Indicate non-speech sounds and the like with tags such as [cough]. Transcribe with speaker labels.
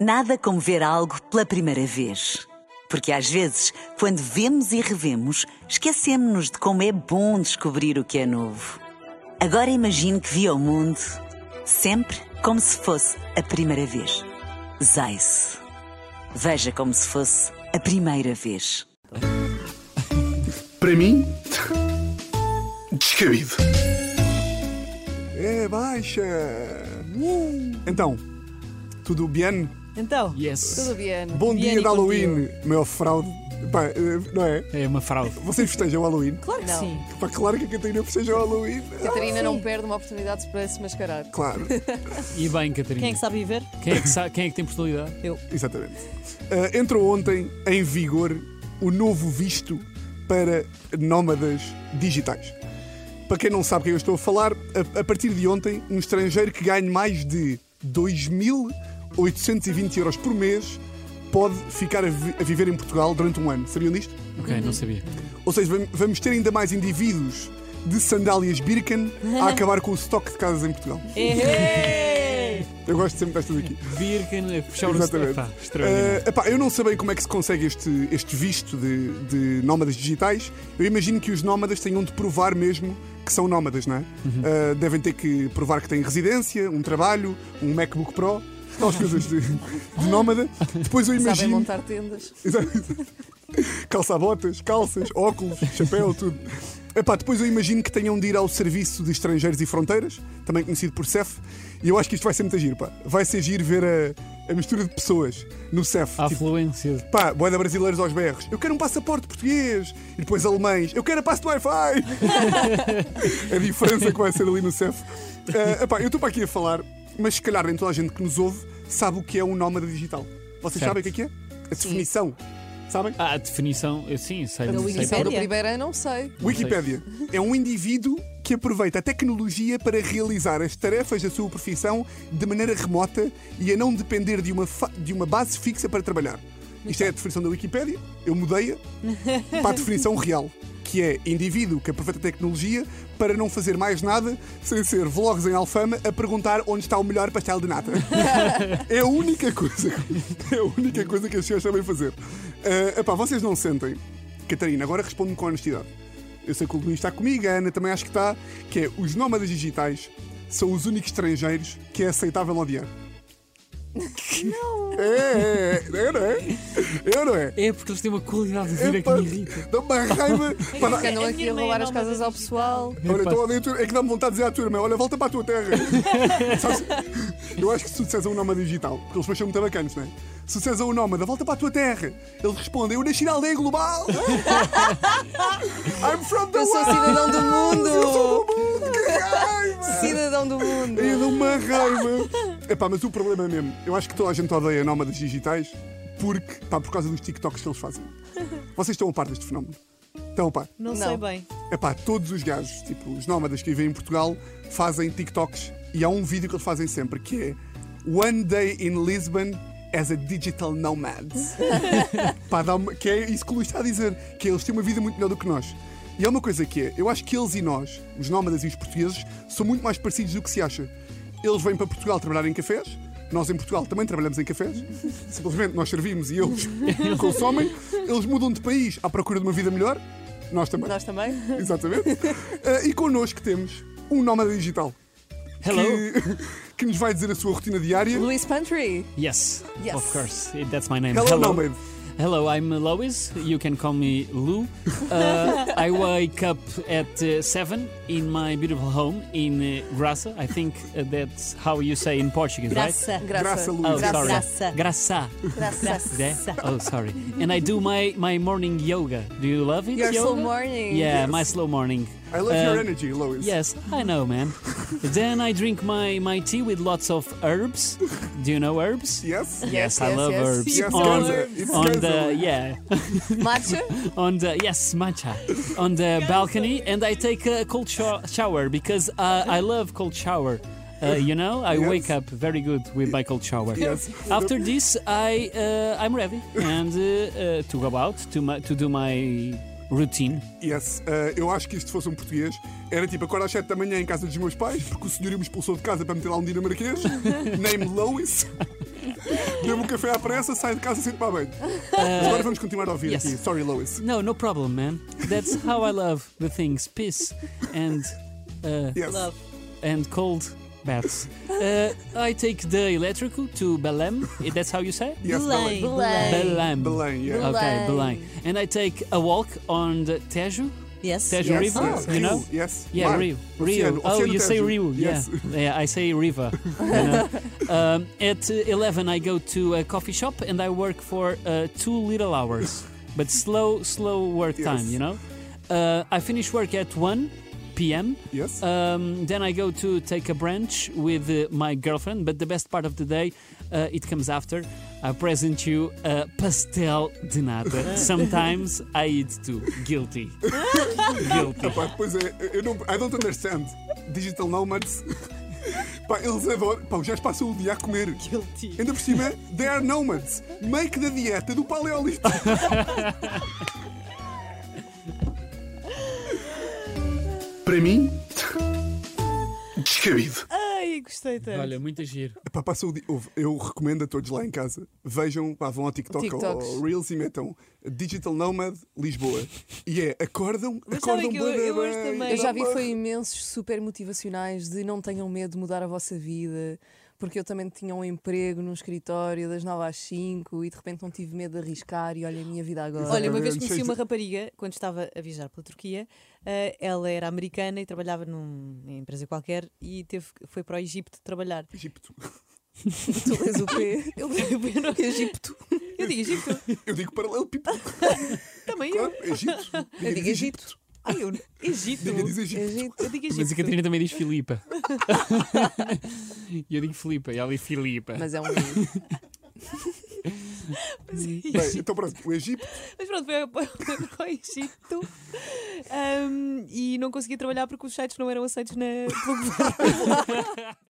Speaker 1: Nada como ver algo pela primeira vez. Porque às vezes, quando vemos e revemos, esquecemos-nos de como é bom descobrir o que é novo. Agora imagine que viu o mundo sempre como se fosse a primeira vez. Zais. Veja como se fosse a primeira vez.
Speaker 2: Para mim, [laughs] descabido.
Speaker 3: É baixa! Então, tudo bem?
Speaker 4: Então,
Speaker 5: Yes.
Speaker 4: tudo bem.
Speaker 3: Bom
Speaker 4: Bien
Speaker 3: dia
Speaker 4: e
Speaker 3: de Halloween,
Speaker 4: contigo?
Speaker 3: meu fraude. Pá, eh, não é?
Speaker 5: É uma fraude.
Speaker 3: Vocês festejam o Halloween?
Speaker 4: Claro que
Speaker 6: Não.
Speaker 4: sim.
Speaker 3: Pá, claro que a Catarina festeja o
Speaker 4: [laughs]
Speaker 3: Halloween.
Speaker 6: Catarina não perde uma oportunidade para se mascarar.
Speaker 3: Claro,
Speaker 5: E bem, Catarina.
Speaker 4: Quem é que sabe viver?
Speaker 5: Quem é que, sa- quem é que tem personalidade?
Speaker 3: exatamente. Ah, entrou ontem em vigor o novo visto para nómadas digitais. Para quem não sabe quem eu estou a falar, a, a partir de ontem, um estrangeiro que ganhe mais de 2.820 euros por mês pode ficar a, vi- a viver em Portugal durante um ano. Sabiam disto?
Speaker 5: Ok, não sabia.
Speaker 3: Ou seja, vam- vamos ter ainda mais indivíduos de sandálias Birken a acabar com o estoque de casas em Portugal. Eu gosto sempre destas aqui.
Speaker 5: Birken, a fechar
Speaker 3: Exatamente.
Speaker 5: o eh, Epá, extraordinário.
Speaker 3: Eh, epá, eu não sei bem como é que se consegue este, este visto de, de nómadas digitais. Eu imagino que os nómadas tenham de provar mesmo que são nómadas, não é?
Speaker 5: Uhum.
Speaker 3: Eh, devem ter que provar que têm residência, um trabalho, um MacBook Pro, aquelas coisas de, de
Speaker 5: [laughs]
Speaker 3: nómada. Depois eu
Speaker 6: Sabem
Speaker 3: imagino.
Speaker 6: montar tendas.
Speaker 3: Calçabotas, calças, óculos, chapéu, tudo. Epá, depois eu imagino que tenham de ir ao Serviço de Estrangeiros e Fronteiras, também conhecido por CEF, e eu acho que isto vai ser muito giro, pá. Vai ser giro ver a, a mistura de pessoas no CEF.
Speaker 5: A
Speaker 3: tipo,
Speaker 5: afluência.
Speaker 3: pá, boeda brasileiros aos berros. Eu quero um passaporte português. E depois alemães. Eu quero a passe do Wi-Fi. [laughs] a diferença que vai ser ali no CEF. Ah, epá, eu estou para aqui a falar, mas se calhar nem toda a gente que nos ouve sabe o que é um nómada digital. Vocês
Speaker 5: Certo.
Speaker 3: sabem o que é que é? A definição. Sabem?
Speaker 5: Ah, a definição, eu sim, sei.
Speaker 6: Da
Speaker 5: sei
Speaker 6: Wikipedia
Speaker 5: por-
Speaker 6: Ribeira, não sei.
Speaker 3: Wikipédia é um indivíduo que aproveita a tecnologia para realizar as tarefas da sua profissão de maneira remota e a não depender de uma, fa- de uma base fixa para trabalhar. Isto é a definição da Wikipédia, eu mudei-a [laughs] para a definição um real, que é indivíduo que aproveita a tecnologia para não fazer mais nada sem ser vlogs em Alfama a perguntar onde está o melhor pastel de nata. É a única coisa, é a única coisa que as pessoas sabem fazer. Ah, epá, vocês não sentem, Catarina, agora responde-me com honestidade. Eu sei que o Luís está comigo, a Ana também acho que está, que é os nómadas digitais são os únicos estrangeiros que é aceitável odiar. Não! É, é, é, é, não é? É, não é?
Speaker 5: É porque eles têm uma qualidade de vida que
Speaker 3: Epá,
Speaker 5: me
Speaker 3: [laughs]
Speaker 5: irrita.
Speaker 3: Dá-me uma
Speaker 5: [laughs]
Speaker 3: raiva. Pá,
Speaker 6: Que andam
Speaker 4: A
Speaker 6: aqui
Speaker 4: minha
Speaker 6: a
Speaker 4: irmã
Speaker 6: roubar
Speaker 4: é
Speaker 6: as
Speaker 4: nómada
Speaker 6: casas ao pessoal.
Speaker 3: Olha, então, ali a turma- é que dá-me vontade de dizer à turma: olha, volta para a tua
Speaker 5: [laughs]
Speaker 3: terra. Sabes? Eu acho que se tu disseres a um nómada digital, porque eles depois são muito bacanos, não é? Se tu disseres a um nómada, volta para a tua terra, eles respondem: eu nasci na aldeia
Speaker 5: [laughs]
Speaker 3: global. I'm from the
Speaker 6: Eu sou
Speaker 3: world.
Speaker 6: cidadão do
Speaker 3: Eu sou [laughs]
Speaker 6: mundo!
Speaker 3: do mundo. Que raiva.
Speaker 6: Cidadão do mundo!
Speaker 3: Aí dá uma raiva. Epá, mas o problema é mesmo, eu acho que toda a gente odeia nómadas digitais porque, pá, por causa dos TikToks que eles fazem. Vocês estão a par deste fenómeno? Estão a par?
Speaker 4: Não,
Speaker 6: Não.
Speaker 4: sei bem.
Speaker 3: Epá, todos os gajos, tipo, os nómadas que vivem em Portugal, fazem TikToks e há um vídeo que eles fazem sempre que é One Day in Lisbon as a Digital Nomad. Pá, dá uma- que é isso que o Luís está a dizer, que eles têm uma vida muito melhor do que nós. E há uma coisa que é, eu acho que eles e nós, os nómadas e os portugueses, são muito mais parecidos do que se acha. Eles vêm para Portugal trabalhar em cafés, nós em Portugal também trabalhamos em cafés, simplesmente nós servimos e eles consomem, eles mudam de país à procura de uma vida melhor, nós também.
Speaker 6: Nós também?
Speaker 3: Exatamente. Eh, e connosco temos um nómada digital
Speaker 5: Hello?
Speaker 3: que, [laughs] que nos vai dizer a sua rotina diária.
Speaker 6: Luís Pantry!
Speaker 5: Yes,
Speaker 6: Yes.
Speaker 5: Of course. Eh, That's my name.
Speaker 3: Hello, Nomad.
Speaker 5: Hello, I'm Lois. You can call me Lou. Uh, I wake up at uh, 7 in my beautiful home in uh, Graça. I think uh, that's how you say in Portuguese, right?
Speaker 4: Graça.
Speaker 3: Graça,
Speaker 6: Graça.
Speaker 3: Luís.
Speaker 5: Oh,
Speaker 6: Graça.
Speaker 5: sorry.
Speaker 4: Graça.
Speaker 5: Graça. Yeah?
Speaker 4: Graça.
Speaker 5: Oh, sorry. And I do my, my morning yoga. Do you love it?
Speaker 6: Your
Speaker 5: yoga?
Speaker 6: slow Oh. morning!
Speaker 5: Yeah, my slow morning.
Speaker 3: I love
Speaker 5: Uh,
Speaker 3: your energy, Lois.
Speaker 5: Yes, I
Speaker 3: [laughs]
Speaker 5: know, man. then I drink my, my tea with lots of herbs. Do you know herbs?
Speaker 3: Yes?
Speaker 5: Yes,
Speaker 6: Yes,
Speaker 5: I
Speaker 6: yes,
Speaker 5: love
Speaker 6: yes.
Speaker 5: herbs.
Speaker 3: Yes,
Speaker 5: on,
Speaker 3: Gaza. It's
Speaker 5: on
Speaker 3: Gaza.
Speaker 5: the yeah,
Speaker 6: Matcha?
Speaker 5: [laughs] on the yes matcha, on the balcony, and I take a cold sho- shower because uh, I love cold shower. Uh, you know, I
Speaker 3: Yes.
Speaker 5: wake up very good with my cold shower.
Speaker 3: Yes.
Speaker 5: After this, I uh, I'm ready and uh, uh, to go out to my, to do my routine.
Speaker 3: Yes. Eh, eu acho que isto fosse um português. Era tipo, acorda às 7 da manhã em casa dos
Speaker 5: [laughs]
Speaker 3: meus pais, porque o senhor me expulsou de casa para meter lá um dinamarquês. Name Lois. Bebo um café à pressa, saio de casa e sinto para banho. Agora vamos continuar a ouvir
Speaker 5: Eh, yes.
Speaker 3: aqui. Sorry, Lois.
Speaker 5: Uh, No, no problem, man. That's how I love the things peace and uh,
Speaker 3: Yes.
Speaker 6: Love.
Speaker 5: and cold
Speaker 3: [laughs]
Speaker 5: baths. Uh, I take the electrical to Belém. That's how you say? it?
Speaker 3: Yes, Belém.
Speaker 6: Belém.
Speaker 5: Belém.
Speaker 3: Belém, yeah.
Speaker 5: Okay,
Speaker 6: Belém.
Speaker 5: Belém. And I take a walk on the Tejo.
Speaker 1: Yes.
Speaker 5: Tejo
Speaker 3: Yes,
Speaker 5: River,
Speaker 3: yes.
Speaker 5: you know?
Speaker 3: Rio, Yes.
Speaker 5: Yeah,
Speaker 3: Mar.
Speaker 5: Rio.
Speaker 3: Oceano.
Speaker 5: Rio. Oh,
Speaker 3: Oceano
Speaker 5: you say
Speaker 3: Tejo.
Speaker 5: Rio.
Speaker 3: Yes.
Speaker 5: Yeah. yeah, I say
Speaker 3: [laughs]
Speaker 5: River. you know. um, at uh, 11, I go to a coffee shop and I work for uh, two
Speaker 3: [laughs]
Speaker 5: little hours, but slow, slow work
Speaker 3: Yes.
Speaker 5: time, you know? Uh, I finish work at 1 p.m.
Speaker 3: Yes.
Speaker 5: Um, then I go to take a brunch with uh, my girlfriend, but the best part of the day, uh, it comes after. I present you a pastel
Speaker 3: [laughs]
Speaker 5: de nata. Sometimes I eat too. Guilty. Guilty.
Speaker 3: Pá, pois é, eu não. I don't understand. Digital nomads. Pá, eles adoram. Pá, os gajos passam o dia a comer.
Speaker 2: Guilty.
Speaker 3: Ainda por cima, they are nomads. Make da dieta do paleolito. Para mim, descabido.
Speaker 2: Ai, gostei tanto.
Speaker 5: Olha, muito giro.
Speaker 3: Pá, passa o dia. ouve, Eu recomendo a todos lá em casa. Vejam, pá, vão ao TikTok ou
Speaker 6: TikToks.
Speaker 3: ao Reels e metam Digital Nomad Lisboa. E é, acordam,
Speaker 2: Mas sabem
Speaker 3: acordam
Speaker 2: que eu-
Speaker 3: bué da
Speaker 2: eu hoje
Speaker 3: bem.
Speaker 2: também-
Speaker 6: Eu já vi
Speaker 3: Bué.
Speaker 6: que foi imensos super motivacionais de não tenham medo de mudar a vossa vida, porque eu também tinha um emprego num escritório das 9 às 5 e de repente não tive medo de arriscar e olha a minha vida agora.
Speaker 2: Olha, uma
Speaker 3: Exatamente,
Speaker 2: vez conheci
Speaker 3: sei-
Speaker 2: uma rapariga, quando estava a viajar pela Turquia, eh, ela era americana e trabalhava num- numa empresa qualquer e teve, foi para o Egito trabalhar.
Speaker 3: Egito.
Speaker 6: tu lês o P.
Speaker 2: Eu, eu não-
Speaker 6: Egito.
Speaker 2: eu digo Egito,
Speaker 3: Eu digo paralelo,
Speaker 6: [laughs]
Speaker 3: pipo.
Speaker 2: também eu.
Speaker 3: Claro, Egito.
Speaker 6: Eu digo Egito.
Speaker 2: Ai, eu Egito.
Speaker 3: Diga, diz Egito.
Speaker 6: Egito.
Speaker 2: Eu digo
Speaker 5: Mas a
Speaker 2: Egito.
Speaker 5: Catarina também diz Filipa. [laughs] E eu digo Filipa, e ela diz Filipa.
Speaker 6: Mas é um.
Speaker 3: Bem, então pronto, o Egito.
Speaker 2: Mas pronto, foi para [laughs] foi para o Egito ahm, e não conseguia trabalhar porque os sites não eram aceitos na, pelo governo.